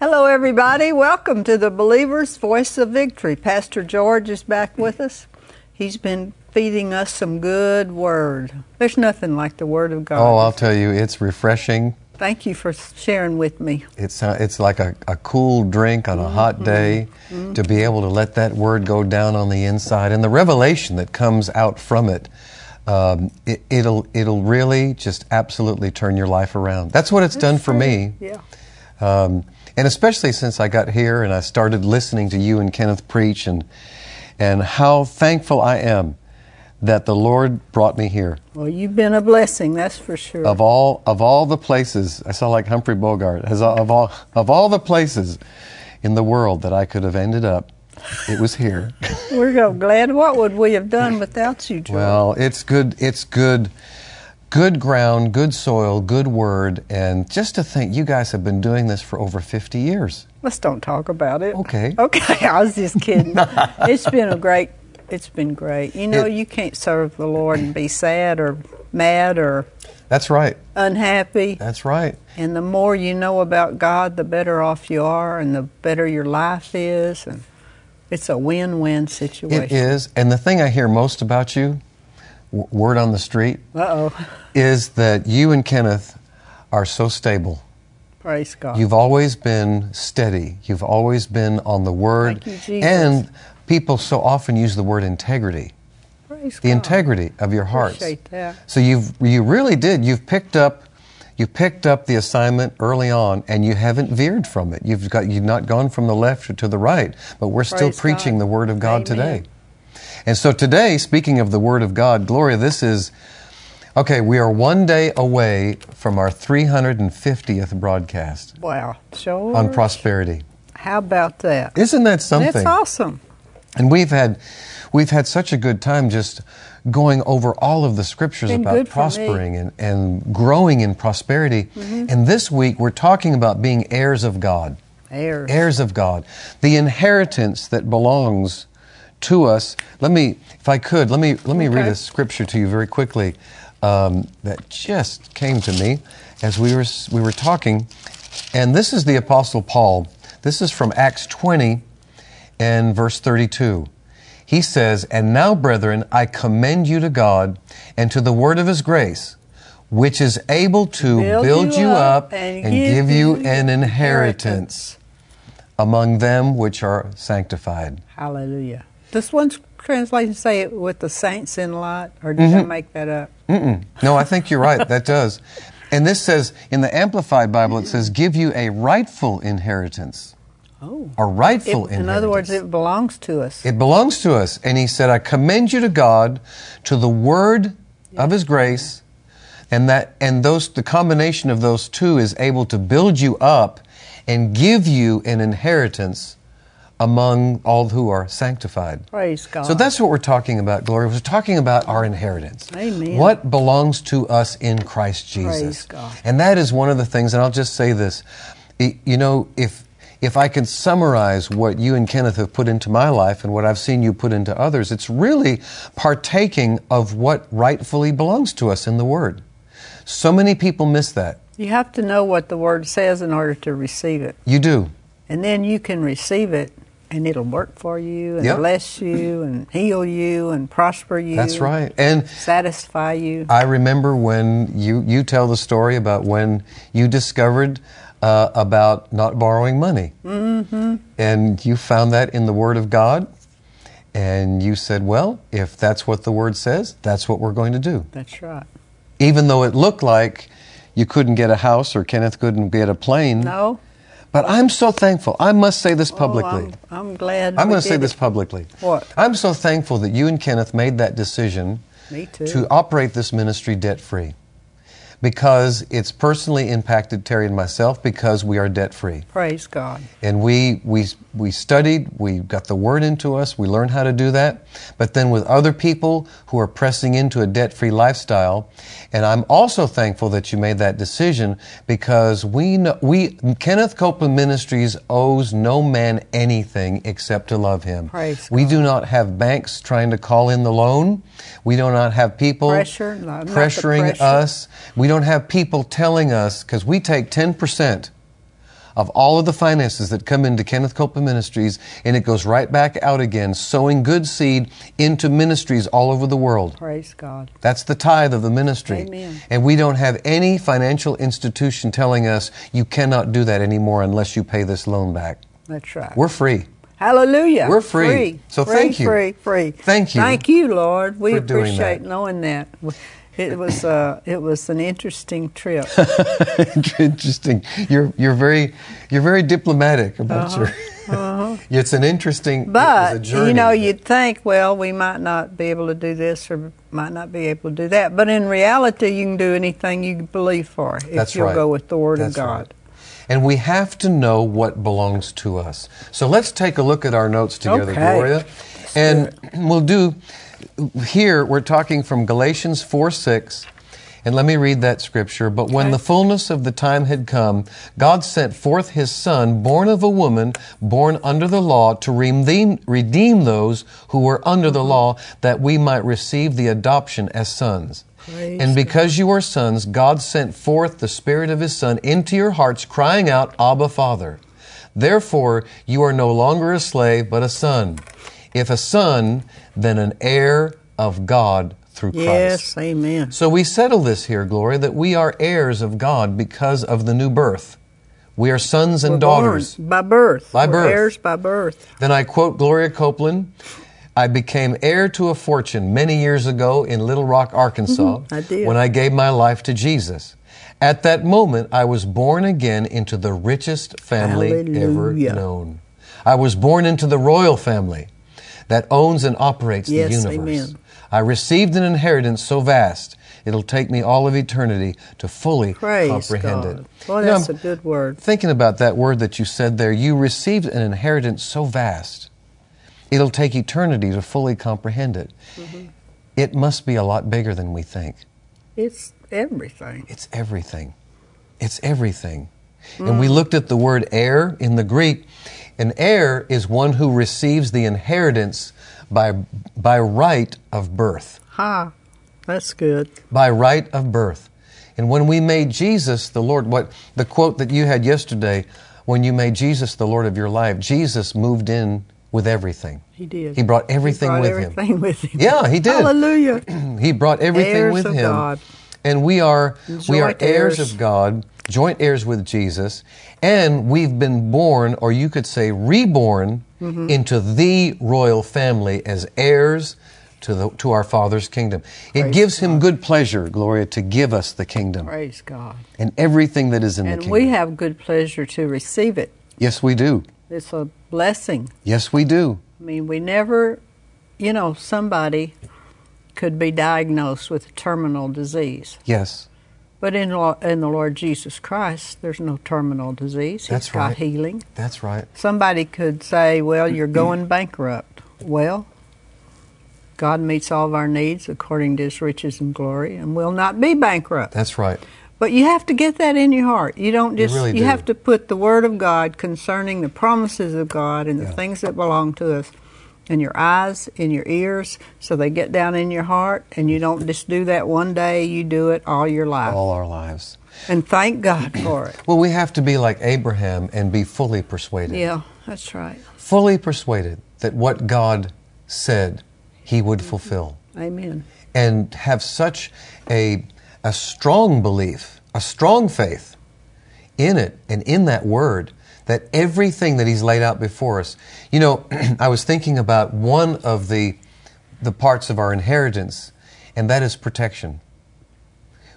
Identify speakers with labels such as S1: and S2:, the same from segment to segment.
S1: Hello, everybody. Welcome to the Believer's Voice of Victory. Pastor George is back with us. He's been feeding us some good word. There's nothing like the Word of God.
S2: Oh, I'll tell you, it's refreshing.
S1: Thank you for sharing with me.
S2: It's uh, it's like a, a cool drink on a hot day to be able to let that word go down on the inside and the revelation that comes out from it. Um, it it'll it'll really just absolutely turn your life around. That's what it's done for me.
S1: Yeah.
S2: Um, and especially since I got here and I started listening to you and Kenneth preach and and how thankful I am that the Lord brought me here.
S1: Well, you've been a blessing, that's for sure.
S2: Of all of all the places, I sound like Humphrey Bogart. As of all of all the places in the world that I could have ended up, it was here.
S1: We're so glad. What would we have done without you, George?
S2: well, it's good. It's good. Good ground, good soil, good word, and just to think you guys have been doing this for over 50 years.
S1: Let's don't talk about it.
S2: Okay.
S1: Okay, I was just kidding. it's been a great it's been great. You know, you can't serve the Lord and be sad or mad or
S2: That's right.
S1: unhappy.
S2: That's right.
S1: And the more you know about God, the better off you are and the better your life is and it's a win-win
S2: It
S1: situation.
S2: is. And the thing I hear most about you, w- word on the street,
S1: Uh-oh.
S2: is that you and Kenneth are so stable.
S1: Praise God.
S2: You've always been steady. You've always been on the word.
S1: Thank you, Jesus.
S2: And people so often use the word integrity,
S1: Praise
S2: the
S1: God.
S2: integrity of your hearts.
S1: Oh. Appreciate that.
S2: So you've you really did. You've picked up you picked up the assignment early on and you haven't veered from it. You've got you've not gone from the left to the right, but we're still
S1: Praise
S2: preaching
S1: God.
S2: the word of
S1: Amen.
S2: God today. And so today, speaking of the word of God, Gloria, this is okay, we are one day away from our 350th broadcast
S1: Wow. Sure.
S2: on prosperity.
S1: How about that?
S2: Isn't that something?
S1: That's awesome.
S2: And we've had we've had such a good time just going over all of the scriptures
S1: Been
S2: about
S1: good for me.
S2: prospering and, and growing in prosperity.
S1: Mm-hmm.
S2: And this week we're talking about being heirs of God.
S1: Heirs.
S2: Heirs of God. The inheritance that belongs to us. Let me, if I could, let me let me read
S1: Okay.
S2: a scripture to you very quickly um, that just came to me as we were s- we were talking, and this is the Apostle Paul. This is from Acts 20 and verse 32. He says, "And now, brethren, I commend you to God and to the word of His grace." Which is able to build, you, up, and, give you an inheritance among them which are sanctified.
S1: Hallelujah. Does one translation say it with the saints in light, or did
S2: Mm-hmm.
S1: I make that up?
S2: No, I think you're right. That does. And this says in the Amplified Bible, it says, give you a rightful inheritance.
S1: Oh.
S2: A
S1: It-
S2: rightful inheritance.
S1: in other words, it belongs to us.
S2: It belongs to us. And he said, I commend you to God, to the word of his grace, and that and those the combination of those two is able to build you up and give you an inheritance among all who are sanctified.
S1: Praise God.
S2: So that's what we're talking about, Gloria. We're talking about our inheritance.
S1: Amen.
S2: What belongs to us in Christ Jesus.
S1: Praise God.
S2: And that is one of the things, and I'll just say this. I- You know, if if I could summarize what you and Kenneth have put into my life and what I've seen you put into others, it's really partaking of what rightfully belongs to us in the Word. So many people miss that.
S1: you have to know what the word says in order to receive it,
S2: You do.
S1: and then you can receive it, and it'll work for you, and
S2: Yep.
S1: bless you, and heal you, and prosper you.
S2: That's right. And
S1: Satisfy you.
S2: I remember when you, you tell the story about when you discovered uh, about not borrowing money. Mm-hmm. And you found that in the Word of God. And you said, well, if that's what the Word says, that's what we're going to do.
S1: That's right.
S2: Even though it looked like you couldn't get a house or Kenneth couldn't get a plane.
S1: No.
S2: But I'm so thankful. I must say this
S1: Oh,
S2: publicly.
S1: I'm, I'm glad.
S2: I'm
S1: we
S2: going to say
S1: did
S2: this
S1: it.
S2: publicly.
S1: What?
S2: I'm so thankful that you and Kenneth made that decision
S1: Me too.
S2: to operate this ministry debt free because it's personally impacted Terry and myself because we are debt free.
S1: Praise God.
S2: And we, we, we studied, we got the word into us, we learned how to do that. But then with other people who are pressing into a debt free lifestyle, and I'm also thankful that you made that decision because we, know, we, Kenneth Copeland Ministries owes no man anything except to love him.
S1: Praise
S2: we do not have banks trying to call in the loan. We do not have people
S1: Pressure, no, not the
S2: pressuring
S1: pressure.
S2: us. We don't have people telling us because we take 10% of all of the finances that come into Kenneth Copeland Ministries, and it goes right back out again, sowing good seed into ministries all over the world.
S1: Praise God.
S2: That's the tithe of the ministry.
S1: Amen.
S2: And we don't have any financial institution telling us you cannot do that anymore unless you pay this loan back.
S1: That's right.
S2: We're free.
S1: Hallelujah.
S2: We're free. So
S1: free,
S2: thank you.
S1: Free, free.
S2: Thank you
S1: Thank you, Lord. We
S2: for doing
S1: appreciate
S2: that.
S1: knowing that. It was uh, it was an interesting trip.
S2: interesting. You're you're very you're very diplomatic about your. it's an interesting. it was a
S1: Uh-huh. But
S2: journey.
S1: you know, you'd think, well, we might not be able to do this or might not be able to do that. But in reality, you can do anything you believe for if
S2: That's
S1: you'll
S2: right.
S1: go with the Word
S2: That's
S1: of God.
S2: right. And we have to know what belongs to us. So let's take a look at our notes together,
S1: Okay.
S2: Gloria. And we'll do here, we're talking from Galatians 4 6. And let me read that scripture. But when
S1: Okay.
S2: the fullness of the time had come, God sent forth his son, born of a woman, born under the law, to redeem, redeem those who were under
S1: Mm-hmm.
S2: the law, that we might receive the adoption as sons.
S1: Praise
S2: and because you are sons, God sent forth the Spirit of His Son into your hearts, crying out, Abba, Father. Therefore, you are no longer a slave, but a son. If a son, then an heir of God through Christ.
S1: Yes, amen.
S2: So we settle this here, Gloria, that we are heirs of God because of the new birth. We are sons and
S1: We're
S2: daughters.
S1: born by birth.
S2: By
S1: We're
S2: birth.
S1: heirs by birth.
S2: Then I quote Gloria Copeland I became heir to a fortune many years ago in Little Rock, Arkansas,
S1: Mm-hmm. I did.
S2: when I gave my life to Jesus. At that moment, I was born again into the richest family ever
S1: Hallelujah.
S2: known. I was born into the royal family that owns and operates
S1: Yes,
S2: the universe.
S1: amen.
S2: I received an inheritance so vast, it'll take me all of eternity to fully
S1: Praise
S2: comprehend
S1: God.
S2: it.
S1: Well,
S2: You know,
S1: that's
S2: I'm-
S1: a good word.
S2: Thinking about that word that you said there, you received an inheritance so vast, it'll take eternity to fully comprehend it. It must be a lot bigger than we think.
S1: It's everything.
S2: It's everything. It's everything. And we looked at the word heir in the Greek. An heir is one who receives the inheritance by, by right of birth.
S1: Ha. That's good.
S2: By right of birth. And when we made Jesus the Lord, what the quote that you had yesterday, when you made Jesus the Lord of your life, Jesus moved in with everything.
S1: He did.
S2: He brought everything
S1: brought
S2: with him.
S1: everything with him.
S2: Yeah, he did.
S1: Hallelujah.
S2: He brought everything
S1: Heirs
S2: with
S1: of
S2: him.
S1: God.
S2: And we are we are
S1: Joint
S2: heirs.
S1: heirs.
S2: of God, joint heirs with Jesus, and we've been born or you could say reborn
S1: Mm-hmm.
S2: into the royal family as heirs to the to our father's kingdom. It
S1: Praise
S2: gives him good pleasure, Gloria, to give us the kingdom
S1: Praise God.
S2: and everything that is in the
S1: And
S2: kingdom.
S1: we have good pleasure to receive it.
S2: yes, we do.
S1: It's a blessing.
S2: Yes, we do.
S1: I mean, we never, you know, somebody could be diagnosed with a terminal disease.
S2: Yes.
S1: But in, lo- in the Lord Jesus Christ, there's no terminal disease.
S2: That's
S1: He's
S2: right.
S1: got healing.
S2: That's right.
S1: Somebody could say, well, you're going bankrupt. Well, God meets all of our needs according to his riches and glory and will not be bankrupt.
S2: That's right.
S1: But you have to get that in your heart. You don't
S2: You
S1: just
S2: really do.
S1: have to put the word of God concerning the promises of God and the things that belong to us in your eyes, in your ears, so they get down in your heart and you don't just do that one day, you do it all your life.
S2: All our lives.
S1: And thank God for it.
S2: Well, we have to be like Abraham and be fully persuaded.
S1: Yeah, that's right.
S2: fully persuaded that what God said he would
S1: Mm-hmm.
S2: fulfill
S1: Amen.
S2: and have such a, a strong belief, a strong faith in it and in that word that everything that he's laid out before us. You know, I was thinking about one of the, the parts of our inheritance, and that is protection.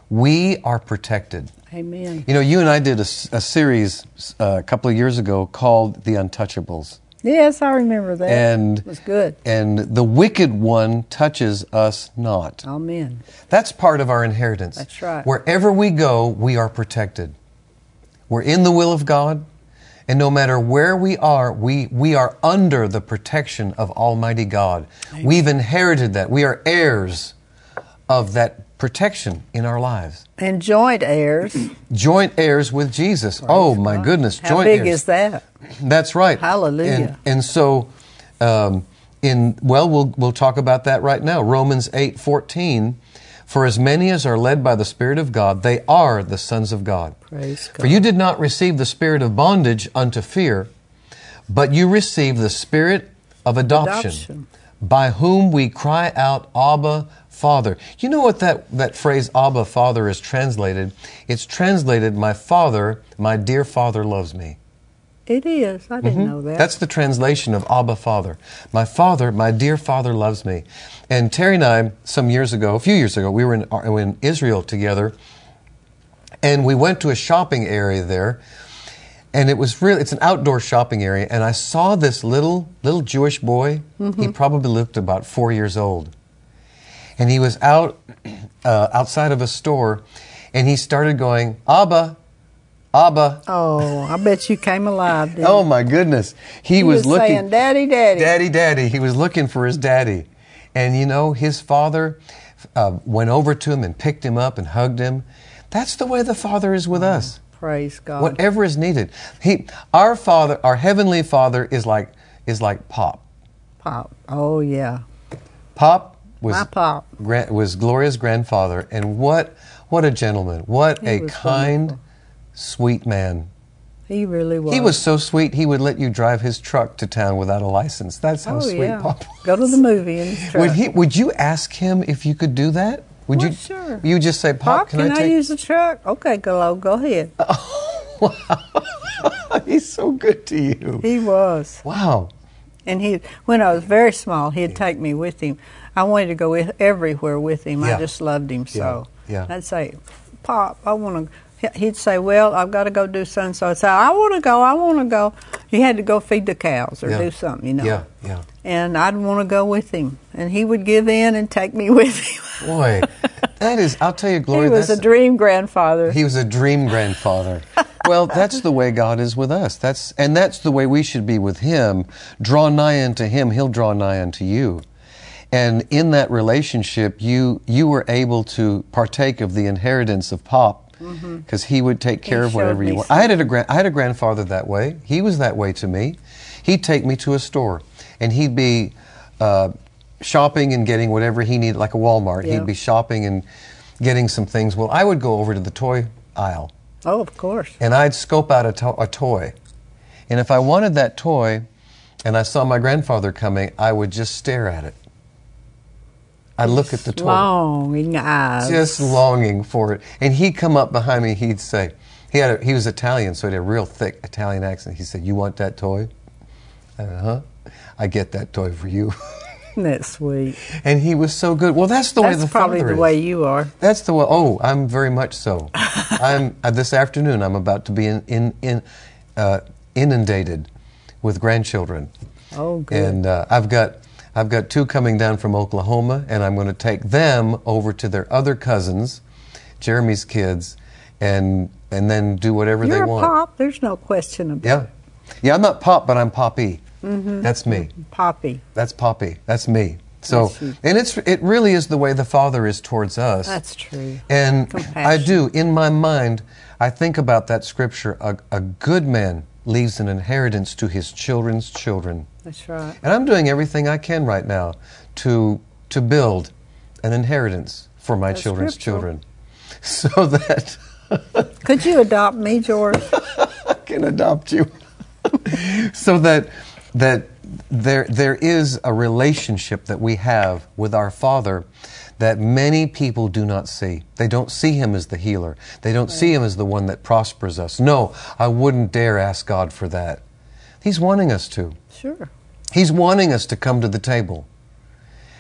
S2: We are protected.
S1: Amen.
S2: You know, you and I did a, s- a series uh, a couple of years ago called The Untouchables.
S1: Yes, I remember that.
S2: And-
S1: it was good.
S2: and the wicked one touches us not.
S1: Amen.
S2: That's part of our inheritance.
S1: That's right.
S2: Wherever we go, we are protected. We're in the will of God, and no matter where we are, we, we are under the protection of Almighty God. We've inherited that. We are heirs of that protection in our lives.
S1: And joint heirs.
S2: Joint heirs with Jesus. oh my goodness,
S1: How
S2: joint
S1: big
S2: heirs.
S1: is that?
S2: That's right.
S1: Hallelujah.
S2: And, and so, um, in well, we'll we'll talk about that right now. Romans eight fourteen. For as many as are led by the Spirit of God, they are the sons of God.
S1: Praise God.
S2: For you did not receive the spirit of bondage unto fear, but you received the spirit of adoption,
S1: Adoption.
S2: by whom we cry out, Abba, Father. You know what that, that phrase, Abba, Father, is translated? It's translated, My Father, my dear Father loves me.
S1: It is. I didn't know that.
S2: Mm-hmm. That's the translation of Abba Father. My father, my dear father loves me. And Terry and I, some years ago, a few years ago, we were in, we were in Israel together and we went to a shopping area there. And it was really, it's an outdoor shopping area. And I saw this little, little Jewish boy.
S1: Mm-hmm.
S2: He probably looked about four years old. And he was out, uh, outside of a store and he started going, Abba, Abba.
S1: oh, I bet you came alive. Didn't
S2: Oh
S1: you?
S2: my goodness. He,
S1: He
S2: was,
S1: was
S2: looking
S1: saying, "Daddy, daddy."
S2: Daddy, daddy. He was looking for his daddy. And you know, his father uh, went over to him and picked him up and hugged him. That's the way the father is with us.
S1: Praise God.
S2: Whatever is needed. He our father, our heavenly father is like is like Pop.
S1: Pop. Oh yeah.
S2: Pop was
S1: My pop.
S2: gran- was Gloria's grandfather and what what a gentleman. What
S1: He
S2: a
S1: was
S2: kind,
S1: wonderful.
S2: sweet man.
S1: He really was.
S2: He was so sweet, he would let you drive his truck to town without a license. That's how
S1: Oh
S2: sweet
S1: yeah.
S2: Pop
S1: Go to the movie and
S2: Would he? Would you ask him if you could do that? Would
S1: Well,
S2: you?
S1: sure.
S2: You just say, "Pop,
S1: Pop, can, I,
S2: take?" Uh,
S1: use the truck? Okay, go, go ahead.
S2: He's so good to you.
S1: He was.
S2: Wow.
S1: And he, when I was very small, he'd take me with him. I wanted to go with, everywhere with him.
S2: Yeah.
S1: I just loved him so.
S2: Yeah.
S1: I'd say, Pop, I want to. He'd say, Well, I've got to go do something. So I'd say, I want to go. I want to go. He had to go feed the cows or
S2: Yeah.
S1: do something, you know.
S2: Yeah, yeah.
S1: And I'd want to go with him. And he would give in and take me with him.
S2: Boy, that is. I'll tell you, Gloria.
S1: he was a
S2: that's-
S1: dream grandfather.
S2: He was a dream grandfather. well, that's the way God is with us. That's and that's the way we should be with him. Draw nigh unto him, he'll draw nigh unto you. And in that relationship, you you were able to partake of the inheritance of Pop because he would take care of
S1: Mm-hmm. showed
S2: whatever you
S1: me
S2: want. I had a gran- I had a grandfather that way. He was that way to me. He'd take me to a store and he'd be uh, shopping and getting whatever he needed, like a Walmart.
S1: Yeah.
S2: He'd be shopping and getting some things. Well, I would go over to the toy aisle
S1: oh, of course.
S2: and I'd scope out a, to- a toy. And if I wanted that toy and I saw my grandfather coming, I would just stare at it. I'd look at the toy,
S1: Long in the eyes.
S2: just longing for it. And he'd come up behind me, he'd say, he, had a, he was Italian, so he had a real thick Italian accent. He said, You want that toy? I said, Huh? I get that toy for you.
S1: Isn't that sweet?
S2: and he was so good. Well, that's the way
S1: That's
S2: the
S1: probably
S2: father
S1: the
S2: is.
S1: way you are.
S2: That's the way. Oh, I'm very much so. I'm uh, this afternoon. I'm about to be in, in, in uh, inundated with grandchildren,
S1: Oh, good.
S2: and uh, I've got I've got two coming down from Oklahoma, and I'm going to take them over to their other cousins, Jeremy's kids, and and then do whatever
S1: You're
S2: they
S1: a
S2: want.
S1: pop. There's no question about
S2: Yeah, yeah. I'm not pop, but I'm poppy.
S1: Mm-hmm.
S2: That's me.
S1: Poppy.
S2: That's poppy. That's me. So,
S1: That's you.
S2: and it's it really is the way the Father is towards us.
S1: That's true.
S2: And I
S1: Compassion.
S2: do, in my mind, I think about that scripture a, a good man leaves an inheritance to his children's children.
S1: That's right.
S2: And I'm doing everything I can right now to, to build an inheritance for my
S1: That's
S2: children's
S1: scriptural.
S2: children so that
S1: Could you adopt me, George?
S2: I can adopt you. so that, that there, there is a relationship that we have with our Father that many people do not see. They don't see Him as the healer, they don't see Him as the one that prospers us. No, I wouldn't dare ask God for that. He's wanting us to.
S1: sure.
S2: He's wanting us to come to the table.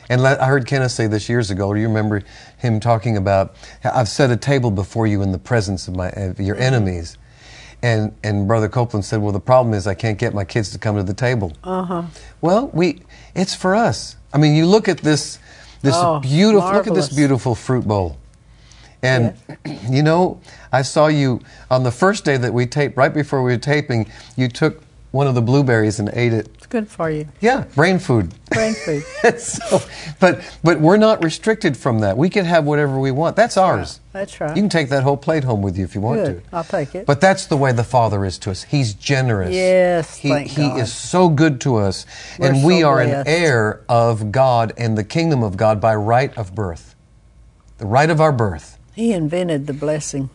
S2: And let, I heard Kenneth say this years ago. You remember him talking about, "I've set a table before you in the presence of my of
S1: Mm-hmm.
S2: your enemies." And and Brother Copeland said, "Well, the problem is I can't get my kids to come to the table." Uh
S1: Uh-huh.
S2: huh. Well, we it's for us. I mean, you look at this this
S1: Oh,
S2: beautiful look at this
S1: marvelous.
S2: beautiful fruit bowl. And you know, I saw you on the first day that we taped. Right before we were taping, you took one of the blueberries and ate it.
S1: It's good for you.
S2: Yeah, brain food.
S1: Brain food.
S2: so, but but we're not restricted from that. We can have whatever we want. That's ours.
S1: That's right.
S2: You can take that whole plate home with you if you want
S1: Good.
S2: to.
S1: I'll take it.
S2: But that's the way the Father is to us. He's generous.
S1: Yes,
S2: he,
S1: thank
S2: he
S1: God.
S2: is so good to us,
S1: We're
S2: and we
S1: so
S2: are
S1: blessed.
S2: an heir of God and the kingdom of God by right of birth. the right of our birth.
S1: He invented the blessing.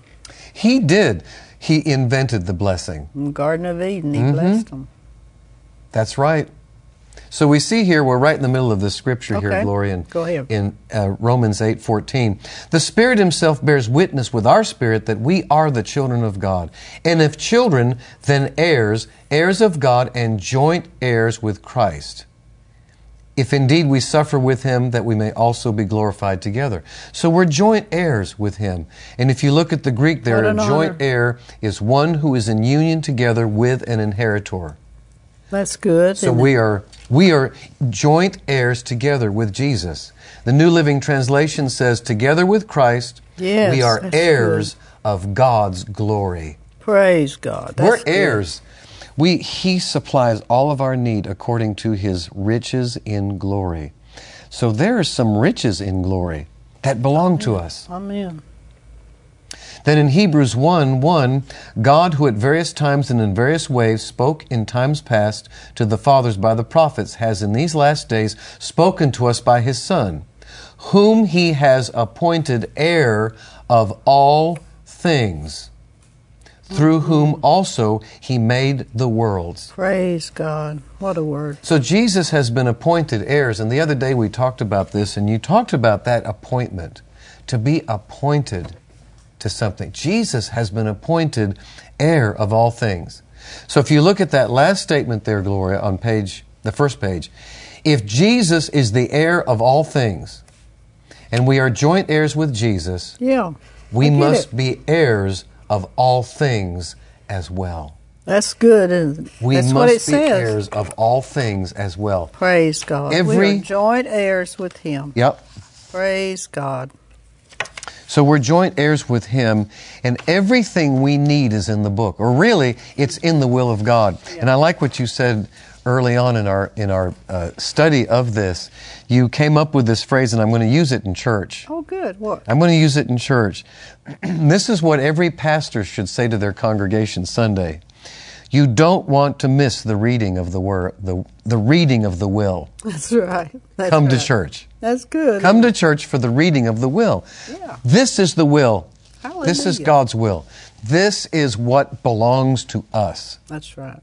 S2: He did. He invented the blessing.
S1: In the Garden of Eden, he
S2: Mm-hmm.
S1: blessed them.
S2: That's right. So we see here we're right in the middle of this scripture here,
S1: Okay.
S2: Gloria, in,
S1: Go ahead.
S2: in uh, Romans eight fourteen. The Spirit Himself bears witness with our spirit that we are the children of God, and if children, then heirs, heirs of God, and joint heirs with Christ. If indeed we suffer with him, that we may also be glorified together. So we're joint heirs with him. And if you look at the Greek there,
S1: What
S2: a
S1: an
S2: joint
S1: honor.
S2: heir is one who is in union together with an inheritor.
S1: That's good.
S2: So
S1: And
S2: we are we are joint heirs together with Jesus. The New Living Translation says, "Together with Christ,
S1: Yes,
S2: we are
S1: that's
S2: heirs of God's glory."
S1: praise God.
S2: We're
S1: That's good.
S2: heirs. We He supplies all of our need according to His riches in glory. So there are some riches in glory that belong to us.
S1: Amen.
S2: Then in Hebrews 1 1, God, who at various times and in various ways spoke in times past to the fathers by the prophets, has in these last days spoken to us by his Son, whom he has appointed heir of all things, through whom also he made the worlds.
S1: Praise God. What a word.
S2: So Jesus has been appointed heirs, and the other day we talked about this, and you talked about that appointment to be appointed to something. Jesus has been appointed heir of all things. So if you look at that last statement there, Gloria, on page, the first page, if Jesus is the heir of all things, and we are joint heirs with Jesus,
S1: Yeah. I
S2: we
S1: get
S2: must
S1: it.
S2: be heirs of all things as well.
S1: That's good. And
S2: We
S1: that's
S2: must
S1: what it
S2: be
S1: says.
S2: heirs of all things as well.
S1: Praise God. we are
S2: Every-
S1: joint heirs with Him.
S2: Yep.
S1: Praise God.
S2: So we're joint heirs with Him, and everything we need is in the book, or really, it's in the will of God. And I like what you said early on in our in our uh, study of this. You came up with this phrase, and I'm going to use it in church.
S1: Oh, good. What?
S2: I'm going to use it in church. this is what every pastor should say to their congregation Sunday. You don't want to miss the reading of the word, the, the reading of the will.
S1: That's right. That's
S2: Come to
S1: right.
S2: church.
S1: That's good.
S2: Come to church for the reading of the will.
S1: Yeah.
S2: This is the will. This is
S1: Hallelujah.
S2: God's will. This is what belongs to us.
S1: That's right.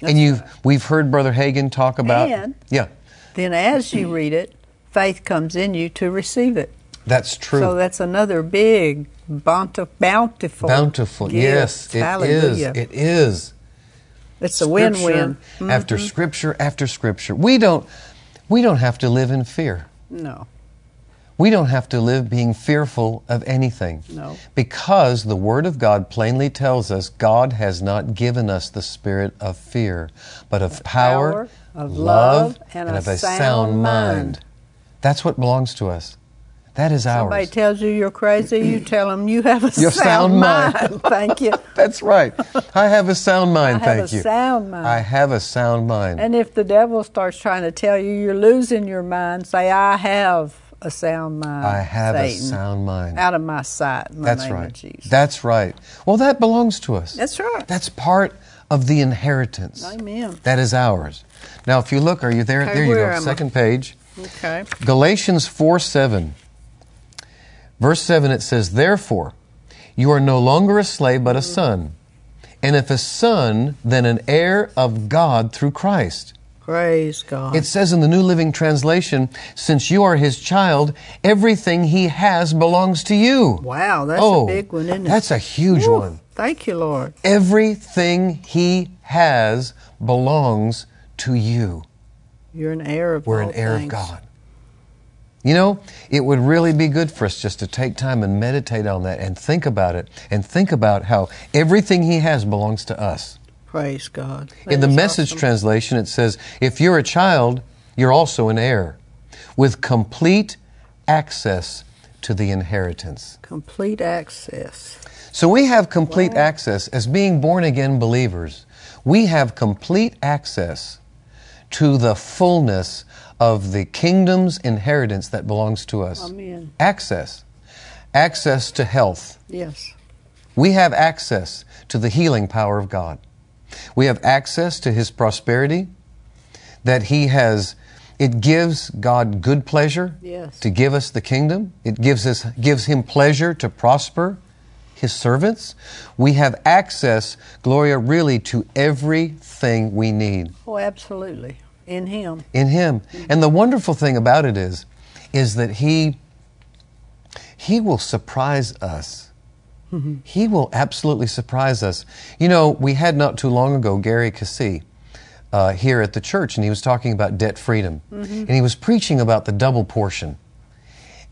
S2: and you've we've heard Brother Hagan talk about
S1: And-
S2: Yeah.
S1: Then, as you read it, faith comes in you to receive it.
S2: That's true.
S1: So that's another big bounti- bountiful.
S2: Bountiful.
S1: gift.
S2: Yes, it is.
S1: Hallelujah.
S2: It is.
S1: it's a win-win. Mm-hmm.
S2: Scripture After scripture after scripture. We don't we don't have to live in fear.
S1: No.
S2: We don't have to live being fearful of anything.
S1: No.
S2: Because the Word of God plainly tells us God has not given us the spirit of fear, but of
S1: power,
S2: power,
S1: of love, and
S2: of a sound,
S1: sound
S2: mind.
S1: mind.
S2: That's what belongs to us. That is
S1: Somebody
S2: ours.
S1: tells you you're crazy, you tell them you have a
S2: Your sound mind.
S1: Thank you.
S2: That's right. I have a sound mind,
S1: I have
S2: thank
S1: a
S2: you.
S1: sound mind.
S2: I have a sound mind.
S1: And if the devil starts trying to tell you you're losing your mind, say, I have a sound mind.
S2: I have a
S1: Satan.
S2: sound mind.
S1: Out of my sight, in the
S2: That's
S1: name
S2: right.
S1: of Jesus.
S2: That's right. Well, that belongs to us.
S1: That's right.
S2: That's part of the inheritance.
S1: Amen.
S2: That is ours. Now, if you look, are you there?
S1: Okay,
S2: there you
S1: where
S2: go.
S1: am I?
S2: Second page.
S1: Okay.
S2: Galatians 4 7. Verse 7, it says, Therefore, you are no longer a slave, but a son. And if a son, then an heir of God through Christ.
S1: Praise God.
S2: It says in the New Living Translation, since you are his child, everything he has belongs to you.
S1: wow, that's
S2: oh,
S1: a big one, isn't it?
S2: That's a huge
S1: Whew.
S2: one.
S1: Thank you, Lord.
S2: Everything he has belongs to you.
S1: You're an heir of
S2: We're
S1: all
S2: an heir of
S1: things.
S2: God. You know, it would really be good for us just to take time and meditate on that and think about it and think about how everything he has belongs to us.
S1: Praise God.
S2: In the
S1: That is
S2: message
S1: awesome.
S2: translation, it says, If you're a child, you're also an heir with complete access to the inheritance.
S1: complete access.
S2: So we have complete access as being born again believers. We have complete access to the fullness of the kingdom's inheritance that belongs to us.
S1: Amen.
S2: Access. Access to health.
S1: Yes.
S2: We have access to the healing power of God. We have access to His prosperity that He has It gives God good pleasure
S1: Yes.
S2: to give us the kingdom. It gives us gives him pleasure to prosper his servants. We have access, Gloria, really to everything we need
S1: Oh, absolutely. In Him.
S2: in him. And the wonderful thing about it is is that he he will surprise us. He will absolutely surprise us. You know, we had not too long ago Gary Cassie uh, here at the church, and he was talking about debt freedom, and he was preaching about the double portion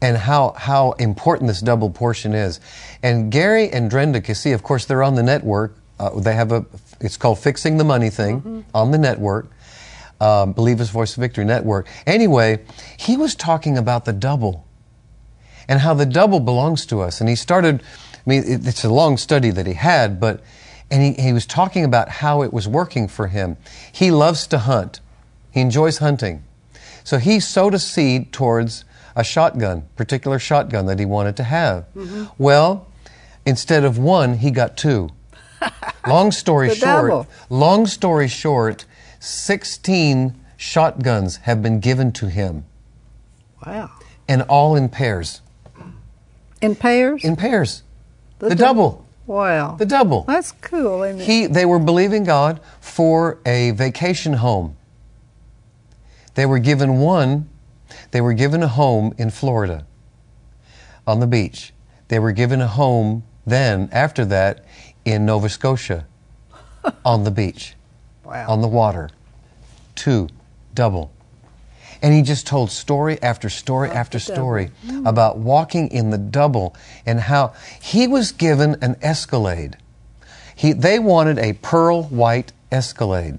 S2: and how how important this double portion is. And Gary and Drenda Cassie, of course, they're on the network. Uh, they have a it's called Fixing the Money Thing on the network. Um, Believer's Voice of Victory Network. Anyway, he was talking about the double and how the double belongs to us. And he started, I mean, it, it's a long study that he had, but, and he, he was talking about how it was working for him. He loves to hunt, he enjoys hunting. So he sowed a seed towards a shotgun, particular shotgun that he wanted to have. Well, instead of one, he got two. Long story
S1: The
S2: short,
S1: double.
S2: long story short, 16 shotguns have been given to him,
S1: Wow.
S2: and all in pairs.
S1: In pairs?
S2: In pairs. The,
S1: dou-
S2: double.
S1: Wow.
S2: The double.
S1: That's cool, isn't it?
S2: He, they were believing God for a vacation home. They were given one, they were given a home in Florida on the beach. They were given a home then, after that, in Nova Scotia on the beach,
S1: wow.
S2: on the water. Two, double. And he just told story after story after
S1: double. Mm.
S2: story about walking in the double and how he was given an Escalade. He, they wanted a pearl white Escalade.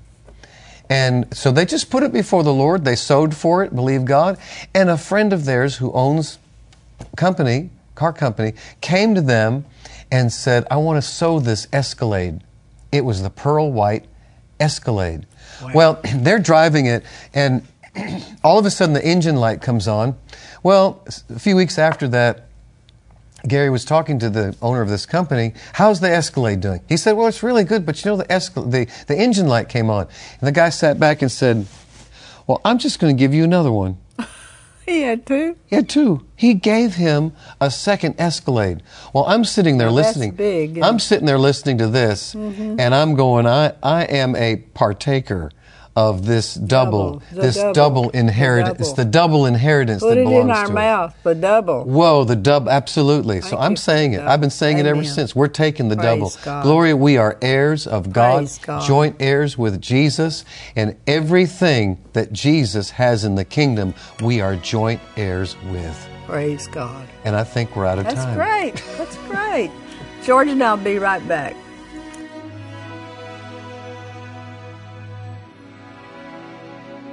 S2: And so they just put it before the Lord. They sowed for it, believe God. And a friend of theirs who owns company, car company, came to them and said, I want to sow this Escalade. It was the pearl white Escalade. Well, they're driving it, and all of a sudden the engine light comes on. Well, s- a few weeks after that, Gary was talking to the owner of this company. How's the Escalade doing? He said, Well, it's really good, but you know, the, Escal- the, the engine light came on. And the guy sat back and said, Well, I'm just going to give you another one.
S1: He had two.
S2: Yeah, two. He gave him a second Escalade. Well, I'm sitting there
S1: Now, that's
S2: listening.
S1: big. Mm-hmm.
S2: I'm sitting there listening to this, and I'm going. I I am a partaker of this double,
S1: Double. The
S2: this double,
S1: double.
S2: inheritance.
S1: The
S2: It's
S1: double.
S2: the double inheritance
S1: Put
S2: that
S1: it
S2: belongs
S1: in our
S2: to us.
S1: mouth, the double.
S2: Whoa, the dub, absolutely. so
S1: Thank
S2: I'm
S1: you for
S2: saying
S1: the
S2: it. I've been saying it ever
S1: Amen.
S2: since. We're taking the
S1: Praise
S2: double.
S1: God.
S2: Gloria, we are heirs of God,
S1: Praise God.
S2: joint heirs with Jesus, and everything that Jesus has in the kingdom, we are joint heirs with.
S1: Praise God.
S2: And I think we're out of
S1: That's
S2: time.
S1: great. That's great. George and I'll be right back.